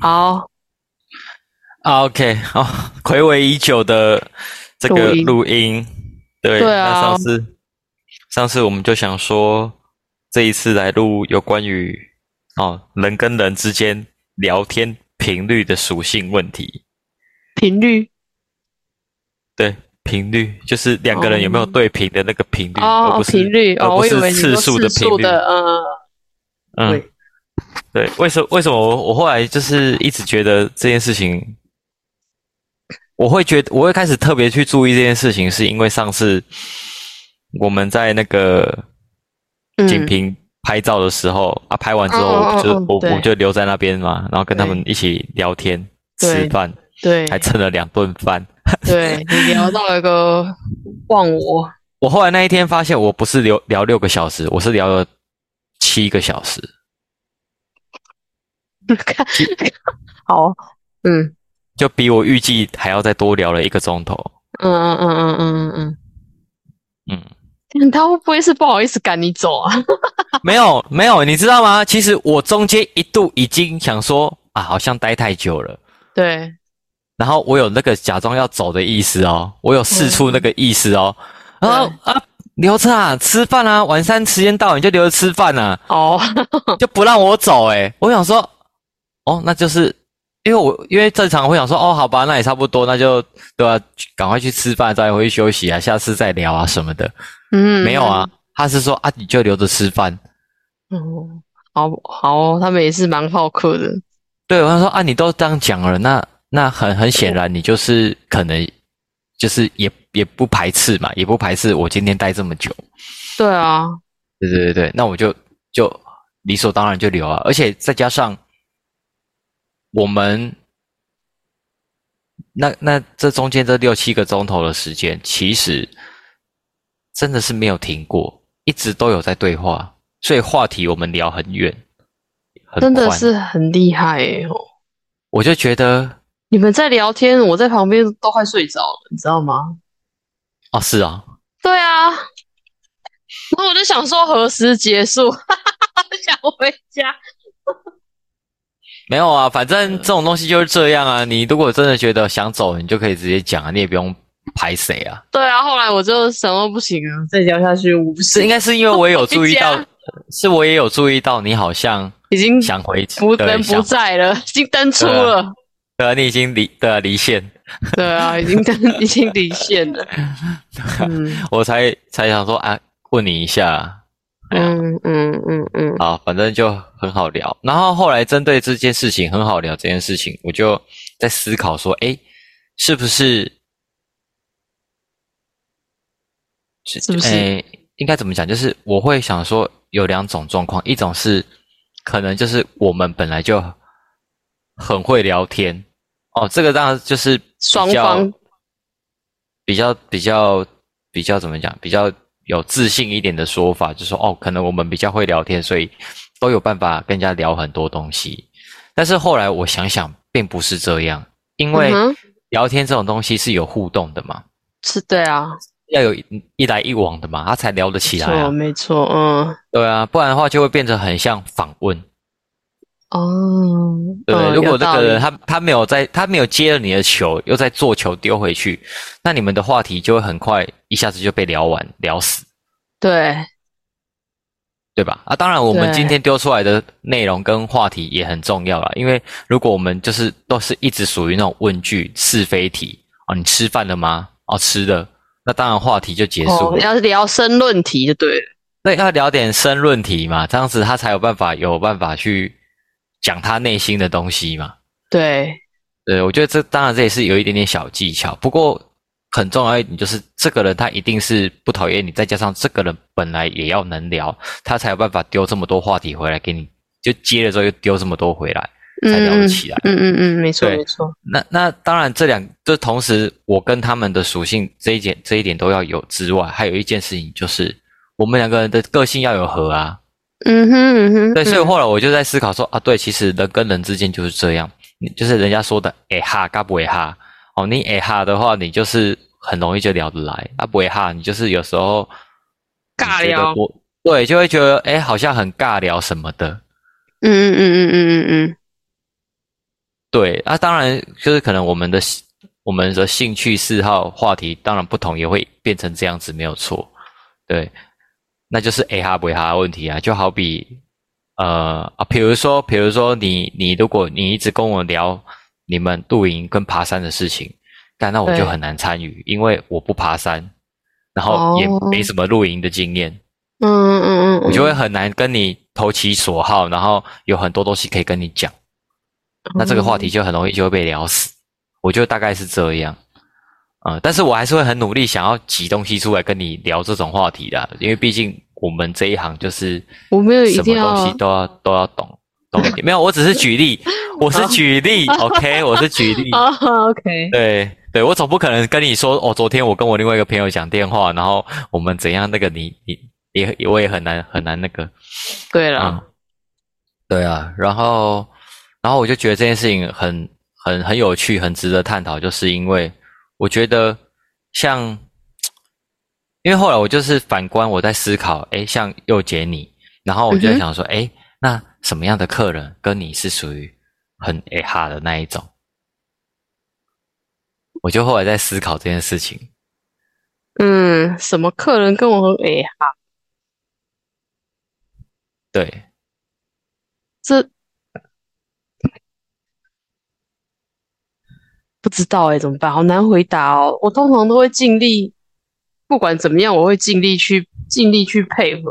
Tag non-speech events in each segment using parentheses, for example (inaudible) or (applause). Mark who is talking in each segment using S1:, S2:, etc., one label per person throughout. S1: 好，
S2: 啊，OK，好， (laughs) 暌违已久的这个
S1: 录音
S2: 录音，对，
S1: 对啊
S2: 那上次上次我们就想说，这一次来录有关于哦人跟人之间聊天频率的属性问题，
S1: 频率
S2: 对，频率就是两个人有没有
S1: 哦
S2: 对频的那个频率，而
S1: 哦，
S2: 不
S1: 哦
S2: 是
S1: 频率
S2: 而
S1: 哦，
S2: 不
S1: 我以
S2: 是
S1: 为你说
S2: 次数的频率
S1: 的，嗯，
S2: 嗯
S1: 对，
S2: 对，为什为什么我我后来就是一直觉得这件事情，我会觉得我会开始特别去注意这件事情，是因为上次我们在那个
S1: 嗯
S2: 锦屏拍照的时候、啊，拍完之后
S1: 哦哦
S2: 我就、
S1: 哦哦
S2: 我
S1: 对
S2: 我就留在那边嘛，然后跟他们一起聊天
S1: 对
S2: 吃饭，
S1: 对
S2: 还蹭了两顿饭。
S1: 对，你聊到了一个忘我，
S2: 我后来那一天发现，我不是聊聊六个小时，我是聊了七个小时。
S1: 看，好，嗯
S2: 就比我预计还要再多聊了一个钟头。
S1: 嗯嗯嗯嗯嗯嗯
S2: 嗯，
S1: 嗯，他会不会是不好意思赶你走啊？ (laughs)
S2: 没有没有，你知道吗？其实我中间一度已经想说啊，好像待太久了，
S1: 对，
S2: 然后我有那个假装要走的意思哦，我有试出那个意思哦，
S1: 嗯
S2: 然后啊。留着啊，吃饭啊，晚餐时间到你就留着吃饭啊， (laughs)
S1: 哦，
S2: 就不让我走诶、我想说，哦，那就是因为我因为正常会想说，哦，好吧，那也差不多，那就对啊，赶快去吃饭，再回去休息啊，下次再聊啊什么的。
S1: 嗯，
S2: 没有啊，他是说啊，你就留着吃饭。
S1: 嗯，好好，他们也是蛮好客的，
S2: 对，我他说啊，你都这样讲了，那那很很显然，你就是可能就是也也不排斥嘛，也不排斥我今天待这么久。
S1: 对啊，
S2: 对对对对，那我就就理所当然就留啊，而且再加上我们那那这中间这六七个钟头的时间，其实真的是没有停过，一直都有在对话，所以话题我们聊很远，很
S1: 真的
S2: 宽
S1: 是很厉害欸哦。
S2: 我就觉得
S1: 你们在聊天，我在旁边都快睡着了，你知道吗？
S2: 哦，是啊，
S1: 对啊，然后我就想说何时结束， (laughs) 想回家。
S2: 没有啊，反
S1: 嗯
S2: 正这种东西就是这样啊。你如果真的觉得想走，你就可以直接讲啊，你也不用排谁啊。
S1: 对啊，后来我就想说不行了，再聊下去我不
S2: 是应
S1: 是
S2: 该是因为我也有注
S1: (laughs)
S2: 意
S1: 回
S2: 到
S1: 家，
S2: 是我也有注意到你好像
S1: 已经
S2: 想回家，
S1: 不
S2: 对
S1: 人不
S2: 想
S1: 在了，已经登出
S2: 对啊
S1: 了。
S2: 对啊，你已经离对啊离线，
S1: 对啊，已经登已经离线
S2: (laughs)
S1: 了。嗯
S2: 我才才想说啊，问你一下。对啊
S1: 嗯嗯嗯嗯，
S2: 啊，反正就很好聊。然后后来针对这件事情很好聊这件事情，我就在思考说，哎，是不是？是
S1: 是不是
S2: 诶应该怎么讲？就是我会想说，有两种状况，一种是可能就是我们本来就很会聊天哦，这个当然就是比
S1: 双
S2: 较
S1: 方
S2: 比较比较比较怎么讲？比较有自信一点的说法，就说哦，可能我们比较会聊天，所以都有办法跟人家聊很多东西。但是后来我想想，并不是这样，因为
S1: 嗯哼
S2: 聊天这种东西是有互动的嘛，
S1: 是对啊，
S2: 要有一一来一往的嘛，他才聊得起来
S1: 错
S2: 啊。
S1: 没错，嗯
S2: 对啊，不然的话就会变成很像访问。
S1: 哦，
S2: 对不对？
S1: 嗯
S2: 如果
S1: 有
S2: 那
S1: 道
S2: 个
S1: 理
S2: 人他他没有在，他没有接了你的球，又在做球丢回去，那你们的话题就会很快一下子就被聊完，聊死。
S1: 对
S2: 对吧？啊，当然，我们
S1: 对
S2: 今天丢出来的内容跟话题也很重要啦。因为如果我们就是都是一直属于那种问句、是非题哦，你吃饭了吗？哦，吃了，那当然话题就结束
S1: 哦，
S2: 了。
S1: 要聊申论题就对了。
S2: 那要聊点申论题嘛，这样子他才有办法有办法去讲他内心的东西嘛。
S1: 对，
S2: 对，我觉得这当然这也是有一点点小技巧，不过很重要一点就是这个人他一定是不讨厌你，再加上这个人本来也要能聊，他才有办法丢这么多话题回来给你，就接了之后又丢这么多回来，才聊得起来。
S1: 嗯嗯嗯，没错
S2: 对
S1: 没错，
S2: 那那当然这两这同时我跟他们的属性这一点这一点都要有之外，还有一件事情就是我们两个人的个性要有合啊。
S1: 嗯哼嗯哼，
S2: 对，所以
S1: 嗯
S2: 后来我就在思考说啊，对，其实人跟人之间就是这样，你就是人家说的哎哈，嘎不哎哈。哦，你哎哈的话，你就是很容易就聊得来；啊不哎哈，你就是有时候
S1: 尬
S2: 你觉得
S1: 聊
S2: 不，对，就会觉得哎好像很尬聊什么的。
S1: 嗯嗯嗯嗯嗯嗯嗯，
S2: 对啊，当然就是可能我们的兴我们的兴趣嗜好话题当然不同，也会变成这样子，没有错。对，那就是 A 哈不哈的问题啊，就好比呃啊，比如说比如说你你如果你一直跟我聊你们露营跟爬山的事情，但那我
S1: 对
S2: 就很难参与，因为我不爬山，然后也
S1: 哦
S2: 没什么露营的经验。
S1: 嗯嗯嗯，嗯
S2: 我就会很难跟你投其所好，然后有很多东西可以跟你讲，那这个
S1: 嗯
S2: 话题就很容易就会被聊死。我觉得大概是这样，嗯，但是我还是会很努力想要挤东西出来跟你聊这种话题的，啊因为毕竟我们这一行就是
S1: 我没有一
S2: 什
S1: 定
S2: 么
S1: 要啊
S2: 东西都要都要懂懂一点。没有，我只是
S1: (laughs)
S2: 举例，我是举例，OK，我是举例。
S1: 啊，OK，
S2: 对对，我总不可能跟你说哦，昨天我跟我另外一个朋友讲电话，然后我们怎样那个你你也也我也很难很难那个。
S1: 对了
S2: 嗯，，对啊，然后，然后我就觉得这件事情很、很、很有趣，很值得探讨，就是因为我觉得像，因为后来我就是反观我在思考，诶，像又姐你，然后我就在想说，诶，那什么样的客人跟你是属于很诶哈的那一种？我就后来在思考这件事情，
S1: 嗯，什么客人跟我很哎呀，
S2: 对，
S1: 这不知道哎，怎么办？好难回答哦。我通常都会尽力，不管怎么样，我会尽力去尽力去配合。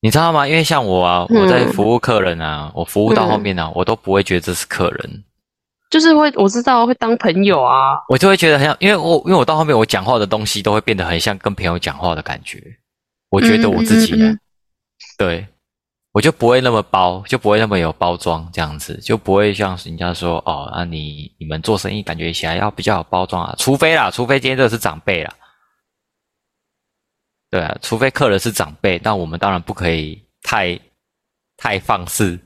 S2: 你知道吗？因为像我啊，
S1: 嗯
S2: 我在服务客人啊，我服务到后面呢、啊，我都不会觉得这是客人，
S1: 就是会，我知道会当朋友啊，
S2: 我就会觉得很像，因为我因为我到后面我讲话的东西都会变得很像跟朋友讲话的感觉，我觉得我自己呢，
S1: 嗯嗯嗯嗯
S2: 对，我就不会那么包，就不会那么有包装这样子，就不会像人家说哦，啊你你们做生意感觉起来要比较有包装啊，除非啦，除非今天这个是长辈啦，对啊，除非客人是长辈，那我们当然不可以太太放肆。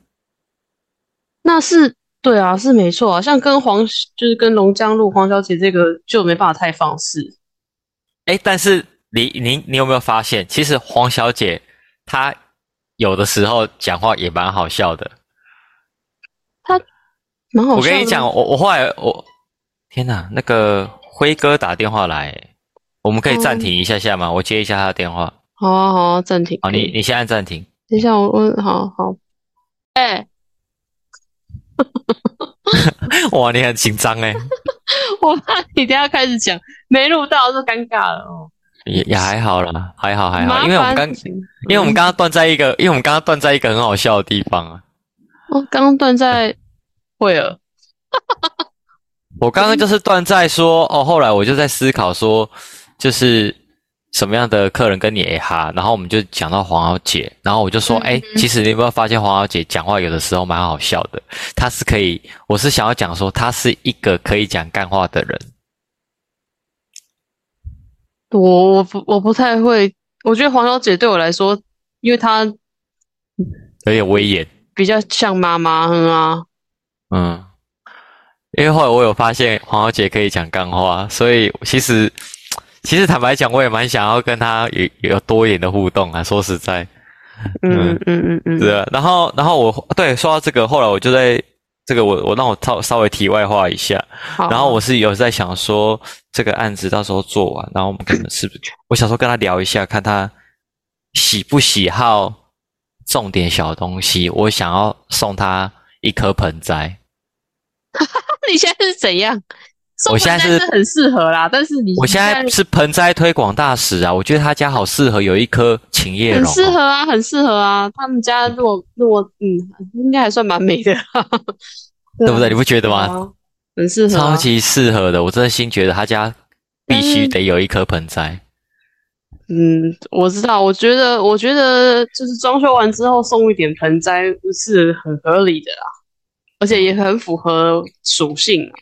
S1: 那是对啊，是没错啊。像跟黄，就是跟龙江路黄小姐这个就没办法太放肆。
S2: 哎，但是你你你有没有发现，其实黄小姐她有的时候讲话也蛮好笑的。
S1: 蛮好
S2: 我
S1: 笑
S2: 跟你
S1: 的
S2: 讲，我我后来我天哪，那个辉哥打电话来，我们可以
S1: 哦
S2: 暂停一下下吗？我接一下他的电话。
S1: 好啊好啊，暂停。
S2: 好，你你先按暂停。
S1: 等一下我，我好好。哎、
S2: 哇，你很紧张哎，
S1: 我怕你等一下开始讲没录到，就尴尬了哦。
S2: 也也还好啦，还好还
S1: 麻
S2: 哎好，因为我们
S1: 烦
S2: 刚
S1: 不行
S2: 因为我们刚刚断在一个，因为我们刚刚断在一个很好笑的地方啊。
S1: 我哦刚刚断在会儿，
S2: 我刚刚就是断在说哦，后来我就在思考说，就是什么样的客人跟你哎哈，然后我们就讲到黄小姐，然后我就说，
S1: 嗯
S2: 哎、其实你有没有发现黄小姐讲话有的时候蛮好笑的，她是可以，我是想要讲说她是一个可以讲干话的人，
S1: 我我不我不太会。我觉得黄小姐对我来说，因为她
S2: 有点威严，
S1: 比较像妈妈嗯啊，
S2: 嗯，因为后来我有发现黄小姐可以讲干话，所以其实其实坦白讲，我也蛮想要跟她有有多一点的互动啊，说实在。
S1: 嗯嗯嗯嗯，
S2: (laughs)
S1: 嗯
S2: 是啊，然后然后我对说到这个，后来我就在这个我我让我稍稍微题外话一下，
S1: 好。啊
S2: 然后我是有在想说这个案子到时候做完，然后我们可能是不 (coughs) 是我想说跟他聊一下，看他喜不喜好种点小东西，我想要送他一颗盆栽，
S1: (laughs) 你现在是怎样？
S2: 我现在是
S1: 送盆栽很适合啦，但是你
S2: 我现在是盆栽推广大使啊，我觉得他家好适合有一颗琴叶
S1: 很
S2: 榕、
S1: 适合
S2: 哦，
S1: 啊，很适合啊。他们家如果如果嗯，应该还算蛮美的， (laughs)
S2: 对
S1: 对
S2: 不对？你不觉得吗？
S1: 啊很适合啊，
S2: 超级适合的，我真的心觉得他家必须得有一颗盆栽。
S1: 嗯，我知道，我觉得我觉得就是装修完之后送一点盆栽是很合理的啦，而且也很符合属性啊。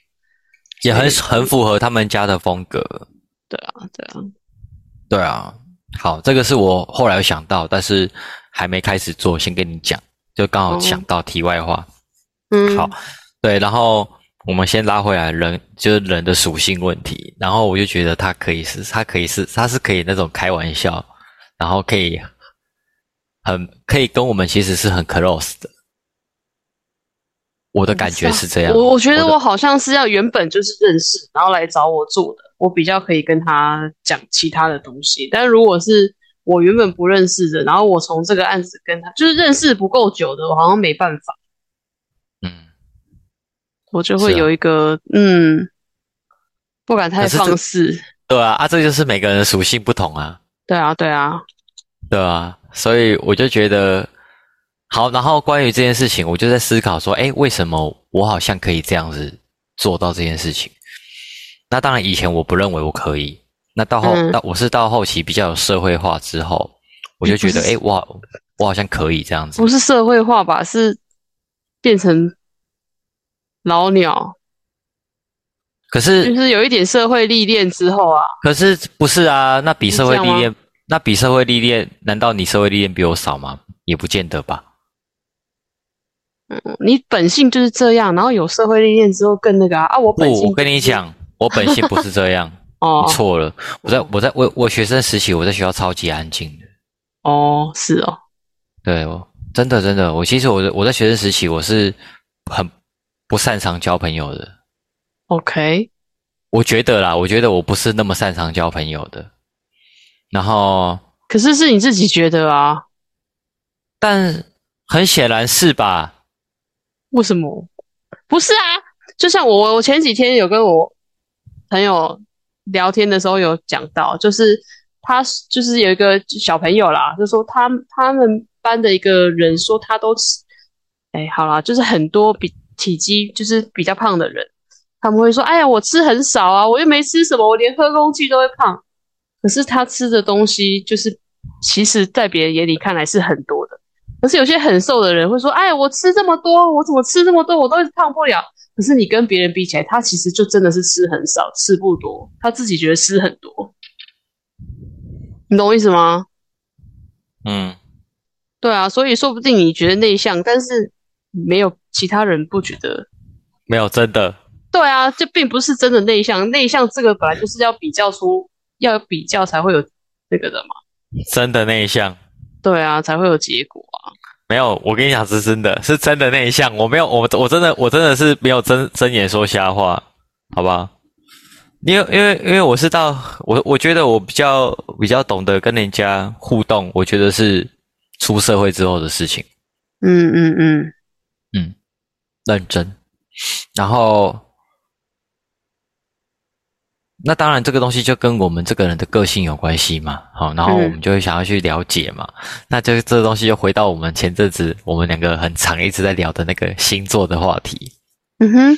S2: 也很很符合他们家的风格。
S1: 对啊，对啊，
S2: 对啊，好，这个是我后来有想到，但是还没开始做，先跟你讲，就刚好
S1: 哦
S2: 想到题外话。
S1: 嗯，
S2: 好，对，然后我们先拉回来人，就是人的属性问题。然后我就觉得他可以是，他可以是，他是可以那种开玩笑，然后可以很可以跟我们其实是很 close 的。我的感觉是这样。
S1: 我我觉得
S2: 的
S1: 我好像是要原本就是认识，然后来找我做的，我比较可以跟他讲其他的东西。但如果是我原本不认识的，然后我从这个案子跟他就是认识不够久的，我好像没办法，
S2: 嗯，
S1: 我就会
S2: 是啊
S1: 有一个、嗯，不敢太
S2: 可是这
S1: 放肆。
S2: 对啊，啊，这就是每个人的属性不同啊，
S1: 对啊，对啊，
S2: 对啊，所以我就觉得好。然后关于这件事情，我就在思考说，哎，为什么我好像可以这样子做到这件事情？那当然，以前我不认为我可以。那到后，
S1: 嗯
S2: 到我是到后期比较有社会化之后，我就觉得，哎，我好我好像可以这样子
S1: 不。是社会化吧？是变成老鸟，
S2: 可
S1: 就是是有一点社会历练之后啊，
S2: 可是不是啊？那比
S1: 是
S2: 社会
S1: 这样
S2: 历
S1: 吗
S2: 练，那比社会历练，难道你社会历练比我少吗？也不见得吧。
S1: 嗯你本性就是这样，然后有社会历练之后更那个啊。啊我本
S2: 不，
S1: 性
S2: 我跟你讲，我本性不是这样，
S1: 哦
S2: 你错了。我在我在我我学生时期，我在学校超级安静的。
S1: 哦是哦，
S2: 对，我真的真的，我其实我在我在学生时期，我是很不擅长交朋友的。
S1: OK，
S2: 我觉得啦，我觉得我不是那么擅长交朋友的。然后，
S1: 可是是你自己觉得啊？
S2: 但很显然是吧？
S1: 为什么？不是啊，就像我我前几天有跟我朋友聊天的时候有讲到，就是他就是有一个小朋友啦，就说他他们班的一个人说他都吃，哎，好啦，就是很多比体积就是比较胖的人，他们会说，哎呀，我吃很少啊，我又没吃什么，我连喝空气都会胖。可是他吃的东西就是，其实在别人眼里看来是很多的。可是有些很瘦的人会说：“哎，我吃这么多，我怎么吃这么多，我都一直胖不了。”可是你跟别人比起来，他其实就真的是吃很少，吃不多，他自己觉得吃很多，你懂我意思吗？
S2: 嗯，
S1: 对啊，所以说不定你觉得内向，但是没有其他人不觉得。
S2: 没有，真的。
S1: 对啊，这并不是真的内向，内向这个本来就是要比较出，要比较才会有那个的嘛。
S2: 真的内向。
S1: 对啊，才会有结果啊。
S2: 没有，我跟你讲是真的，是真的内向。我没有，我我真的我真的是没有睁睁眼说瞎话，好吧？因为因为因为我是到我我觉得我比较比较懂得跟人家互动，我觉得是出社会之后的事情，
S1: 嗯嗯嗯，
S2: 认真。然后，那当然这个东西就跟我们这个人的个性有关系嘛，好，然后
S1: 嗯
S2: 我们就会想要去了解嘛。那这这个东西就回到我们前阵子我们两个很长一直在聊的那个星座的话题。
S1: 嗯哼，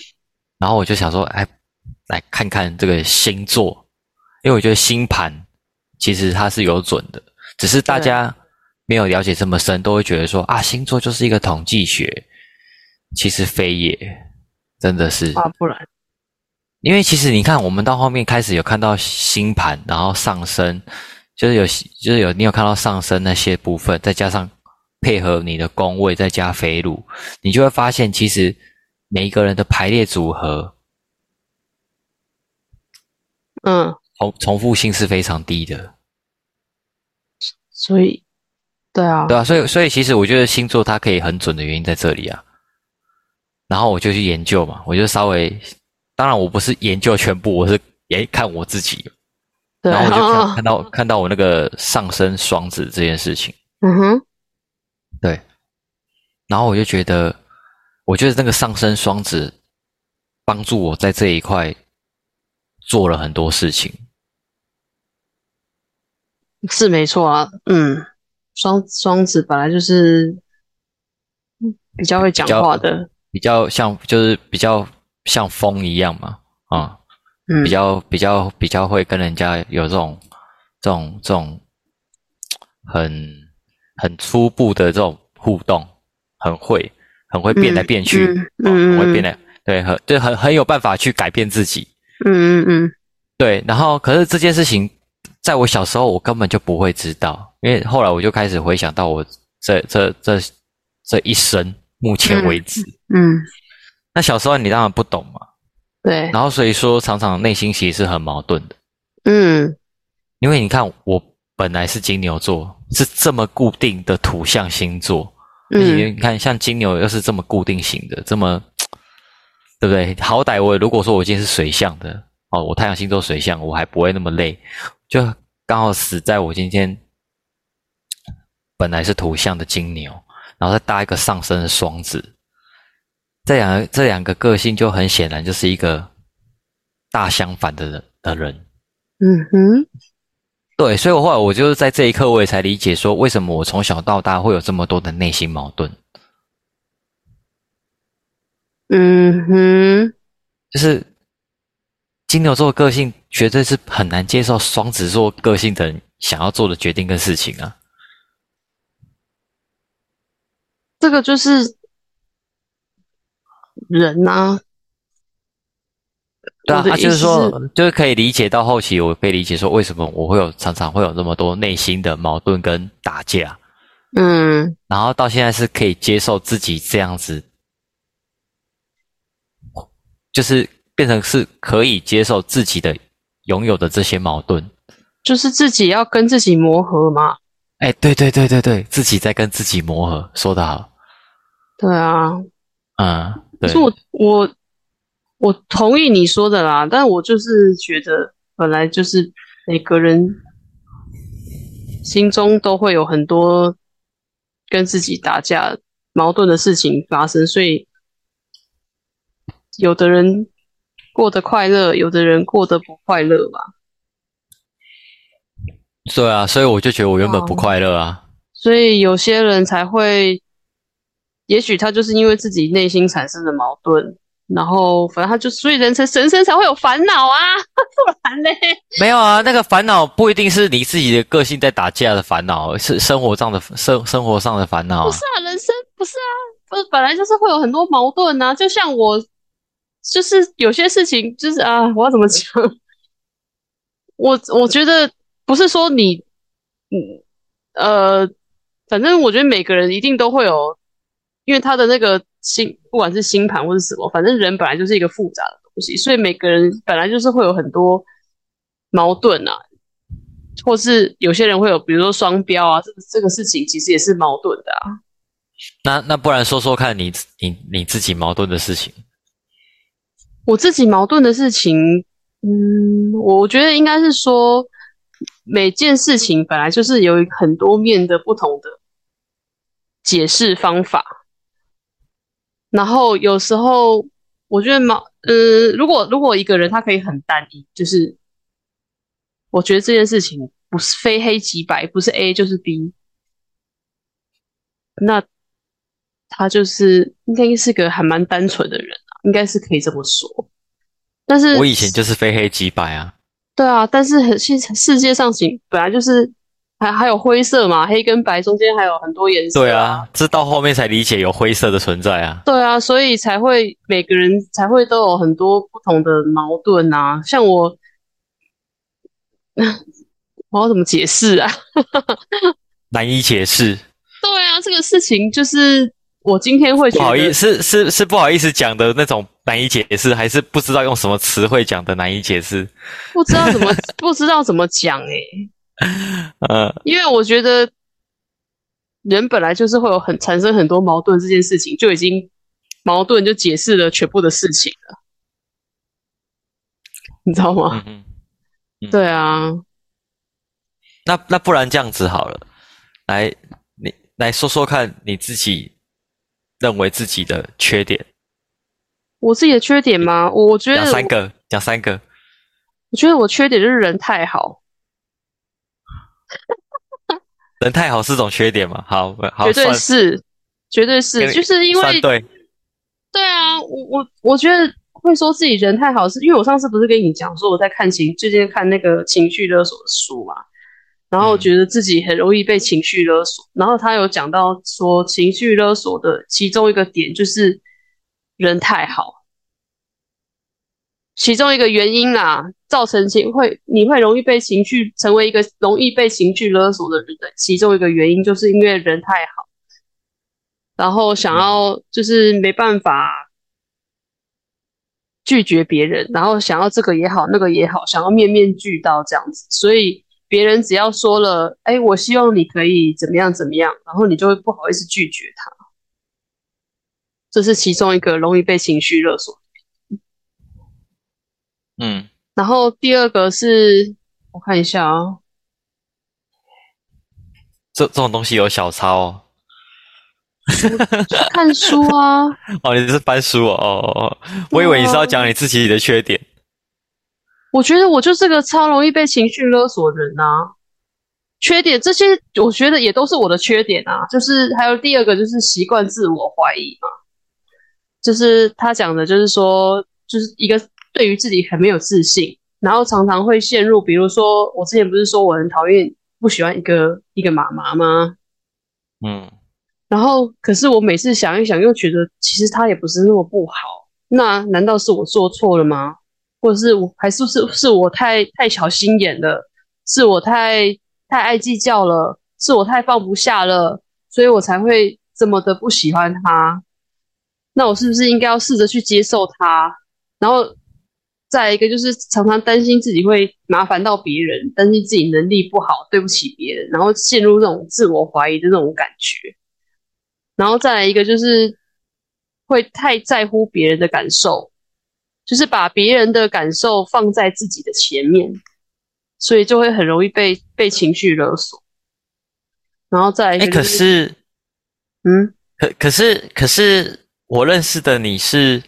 S2: 然后我就想说，哎，来看看这个星座，因为我觉得星盘其实它是有准的，只是大家没有了解这么深，都会觉得说啊，星座就是一个统计学，其实非也，真的是，
S1: 啊，不然，
S2: 因为其实你看，我们到后面开始有看到星盘，然后上升，就是有就是有你有看到上升那些部分，再加上配合你的宫位，再加飞禄，你就会发现，其实每一个人的排列组合
S1: 嗯，
S2: 重重复性是非常低的，
S1: 所以，对啊，
S2: 对啊，所以所以其实我觉得星座它可以很准的原因在这里啊。然后我就去研究嘛，我就稍微，当然我不是研究全部，我是也看我自己，
S1: 对
S2: 然后我就看
S1: 啊，
S2: 看到看到我那个上升双子这件事情，
S1: 嗯哼，
S2: 对，然后我就觉得，我觉得那个上升双子帮助我在这一块做了很多事情，
S1: 是没错啊，嗯，双双子本来就是嗯比较会讲
S2: 比较
S1: 话的，
S2: 比较像就是比较像风一样嘛，啊、
S1: 嗯
S2: 比，较比较比较会跟人家有这种这种这种很很初步的这种互动，很会很会变来变去，
S1: 嗯
S2: 啊
S1: 嗯
S2: 很会
S1: 嗯
S2: 变来对，很就很很有办法去改变自己。
S1: 嗯嗯嗯，
S2: 对，然后可是这件事情，在我小时候我根本就不会知道，因为后来我就开始回想到我这这这这一生目前
S1: 嗯
S2: 为止，
S1: 嗯，
S2: 那小时候你当然不懂嘛，
S1: 对，
S2: 然后所以说常常内心其实是很矛盾的。
S1: 嗯
S2: 因为你看，我本来是金牛座，是这么固定的土象星座。
S1: 嗯
S2: 你看，像金牛又是这么固定型的，这么嘖对不对？好歹我如果说我今天是水象的，哦，我太阳星座水象，我还不会那么累，就刚好死在我今天本来是土象的金牛，然后再搭一个上升的双子，这两这两个个性就很显然就是一个大相反的人的人。
S1: 嗯哼，
S2: 对，所以我后来我就是在这一刻，我也才理解说，为什么我从小到大会有这么多的内心矛盾。
S1: 嗯哼，
S2: 就是金牛座个性绝对是很难接受双子座个性的人想要做的决定跟事情啊。
S1: 这个就是人呐、
S2: 对啊，
S1: 我的
S2: 啊
S1: 意
S2: 就是
S1: 思
S2: 说
S1: 是，
S2: 就是可以理解到后期，我可以理解说为什么我会有常常会有那么多内心的矛盾跟打架，啊
S1: 嗯
S2: 然后到现在是可以接受自己这样子，就是变成是可以接受自己的拥有的这些矛盾。
S1: 就是自己要跟自己磨合嘛。
S2: 哎，对对对对对，自己在跟自己磨合，说得好，
S1: 对啊，
S2: 嗯，
S1: 可
S2: 对。
S1: 是我我我同意你说的啦，但我就是觉得本来就是每个人心中都会有很多跟自己打架、矛盾的事情发生，所以有的人过得快乐，有的人过得不快乐吧。
S2: 对啊，所以我就觉得我原本不
S1: 哦
S2: 快乐啊。
S1: 所以有些人才会，也许他就是因为自己内心产生的矛盾，然后反正他就，所以人生人生才会有烦恼啊， (laughs) 不然嘞，
S2: 没有啊，那个烦恼不一定是你自己的个性在打架的烦恼，是生活上的生生活上的烦恼
S1: 不
S2: 啊
S1: 是。啊，人生不是啊，不是本来就是会有很多矛盾啊，就像我，就是有些事情就是啊，我要怎么讲？ (laughs) 我我觉得不是说你，嗯呃，反正我觉得每个人一定都会有，因为他的那个星，不管是星盘或是什么，反正人本来就是一个复杂的东西，所以每个人本来就是会有很多矛盾啊，或是有些人会有，比如说双标啊，这个这个事情其实也是矛盾的啊。
S2: 那那不然说说看你你你自己矛盾的事情。
S1: 我自己矛盾的事情，嗯，我觉得应该是说，每件事情本来就是有很多面的不同的解释方法，然后有时候我觉得矛，呃，如果如果一个人他可以很单一，就是我觉得这件事情不是非黑即白，不是 A 就是 B，那他就是应该是个还蛮单纯的人啊，应该是可以这么说。但是
S2: 我以前就是非黑即白啊。
S1: 对啊，但是很现世界上行本来就是还还有灰色嘛，黑跟白中间还有很多颜色。
S2: 对，啊，这到后面才理解有灰色的存在啊。
S1: 对啊，所以才会每个人才会都有很多不同的矛盾啊。像我， (laughs) 我要怎么解释啊？ (laughs)
S2: 难以解释，
S1: 对啊，这个事情就是我今天会觉
S2: 不
S1: 得
S2: 好意思，是是是不好意思讲的那种难以解释，还是不知道用什么词汇讲的难以解释？
S1: 不知道怎么不知道怎么讲欸诶、
S2: 呃，
S1: 因为我觉得人本来就是会有很产生很多矛盾，这件事情就已经矛盾就解释了全部的事情了，你知道吗？
S2: 嗯哼嗯
S1: 对啊，
S2: 那那不然这样子好了，来，你来说说看你自己认为自己的缺点，
S1: 我自己的缺点吗？我我觉得
S2: 讲三
S1: 我，
S2: 个，讲三个。
S1: 我觉得我缺点就是人太好，
S2: 人太好是种缺点嘛？好，好
S1: 绝对
S2: 算
S1: 是，绝对
S2: 给
S1: 是，
S2: 你
S1: 就是因
S2: 算
S1: 为
S2: 对，
S1: 对啊，我我我觉得会说自己人太好是，因为我上次不是跟你讲说我在看情，最近看那个情绪勒索的书嘛，然后
S2: 嗯
S1: 觉得自己很容易被情绪勒索，然后他有讲到说情绪勒索的其中一个点就是人太好，其中一个原因啦，造成情会你会容易被情绪成为一个容易被情绪勒索的人的其中一个原因，就是因为人太好，然后想要就是没办法拒绝别人，然后想要这个也好，那个也好，想要面面俱到这样子，所以别人只要说了，哎，我希望你可以怎么样怎么样，然后你就会不好意思拒绝他，这是其中一个容易被情绪勒索的原因。
S2: 嗯，
S1: 然后第二个是我看一下啊、 (laughs)
S2: 这这种东西有小抄哦，
S1: 看书啊，
S2: 哦，你是翻书哦哦，哦哦我以为你是要讲你自己的缺点，
S1: 我觉得我就是个超容易被情绪勒索的人啊。缺点这些，我觉得也都是我的缺点啊。就是还有第二个，就是习惯自我怀疑嘛。就是他讲的，就是说，就是一个对于自己很没有自信，然后常常会陷入，比如说我之前不是说我很讨厌、不喜欢一个一个妈妈吗？
S2: 嗯
S1: 然后可是我每次想一想，又觉得其实他也不是那么不好。那难道是我做错了吗？或者是我还是不是是我太太小心眼了？是我太太爱计较了？是我太放不下了？所以我才会这么的不喜欢他。那我是不是应该要试着去接受他？然后再一个就是常常担心自己会麻烦到别人，担心自己能力不好，对不起别人，然后陷入这种自我怀疑的那种感觉。然后再来一个就是会太在乎别人的感受，就是把别人的感受放在自己的前面，所以就会很容易被被情绪勒索。然后再来一
S2: 哎，
S1: 个、
S2: 可是
S1: 嗯，
S2: 可可是可是我认识的你是，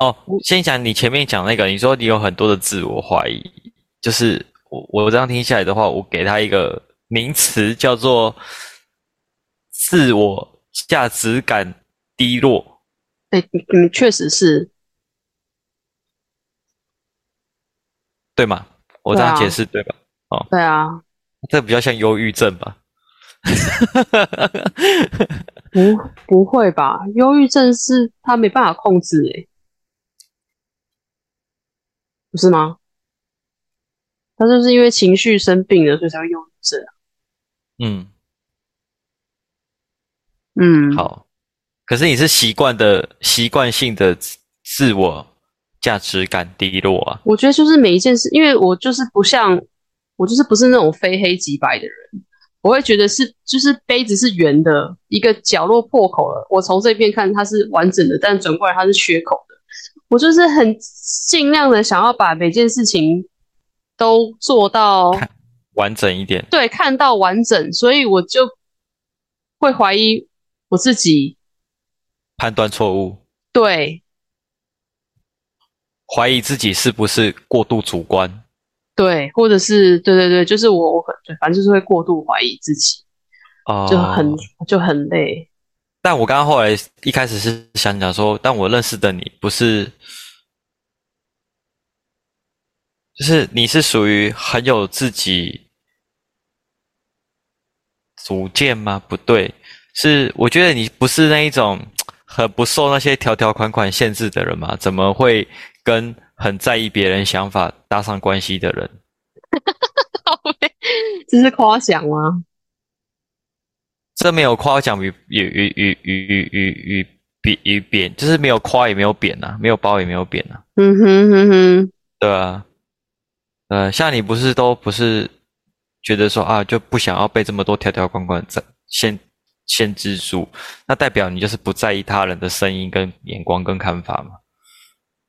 S2: 哦，先讲你前面讲那个，你说你有很多的自我怀疑，就是我我这样听下来的话，我给他一个名词叫做自我价值感低落。
S1: 哎、你你确实是，
S2: 对吗？我这
S1: 对啊
S2: 样解释对吧？
S1: 对啊，
S2: 这比较像忧郁症吧？ (laughs)
S1: 不不会吧？忧郁症是他没办法控制、欸，不是吗？他就是因为情绪生病了，所以才会忧郁症啊。
S2: 嗯，
S1: 嗯，
S2: 好。可是你是习惯的习惯性的自自我价值感低落啊？
S1: 我觉得就是每一件事，因为我就是不像我就是不是那种非黑即白的人，我会觉得是就是杯子是圆的，一个角落破口了，我从这边看它是完整的，但转过来它是缺口的。我就是很尽量的想要把每件事情都做到
S2: 完整一点，
S1: 对看到完整，所以我就会怀疑我自己，
S2: 判断错误，
S1: 对
S2: 怀疑自己是不是过度主观？
S1: 对，或者是对对对，就是我我很对，反正就是会过度怀疑自己，
S2: 哦，
S1: 就很、就很累。 (laughs)
S2: 但我刚刚后来一开始是想讲说，但我认识的你不是，就是你是属于很有自己主见吗？不对，是我觉得你不是那一种很不受那些条条款款限制的人嘛？怎么会跟很在意别人想法搭上关系的人？
S1: 这是夸奖吗？
S2: 这没有夸奖与与与与与与与与贬与贬，就是没有夸也没有贬呐、没有褒也没有贬呐、
S1: 嗯哼哼哼，
S2: 对啊，呃，像你不是都不是觉得说啊，就不想要被这么多条条框框在限限制住，那代表你就是不在意他人的声音、跟眼光、跟看法嘛，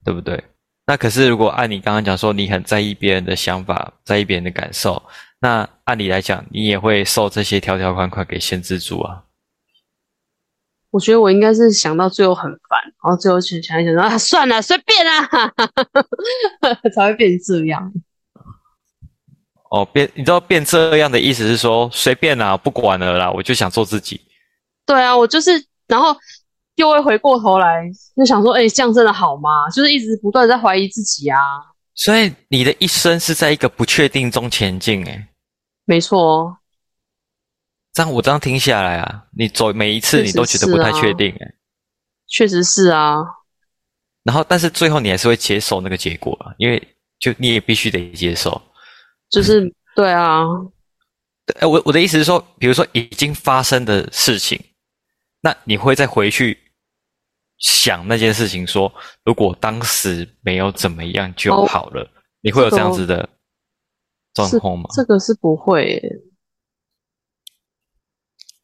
S2: 对不对？那可是如果按你刚刚讲说，你很在意别人的想法，在意别人的感受，那按理来讲，你也会受这些条条框框给限制住啊。
S1: 我觉得我应该是想到最后很烦，然后最后去想一想 (laughs) 说啊，算了，随便啦、 (laughs) 哈哈哈哈，才会变这样。
S2: 哦，变你知道变这样的意思是说，随便啦、不管了啦，我就想做自己。
S1: 对啊，我就是，然后又会回过头来就想说，哎、这样真的好吗？就是一直不断在怀疑自己啊。
S2: 所以你的一生是在一个不确定中前进，诶，
S1: 没错哦，
S2: 这样我这样听下来啊，你走每一次
S1: 确实
S2: 你都觉得不太
S1: 是啊
S2: 确定，诶，
S1: 确实是啊，
S2: 然后但是最后你还是会接受那个结果啊，因为就你也必须得接受。
S1: (laughs) 就是对啊，
S2: 对呃，我我的意思是说，比如说已经发生的事情，那你会再回去想那件事情说，如果当时没有怎么样就
S1: 哦
S2: 好了，你会有这样子的状
S1: 是
S2: 况吗？
S1: 这个是不会耶、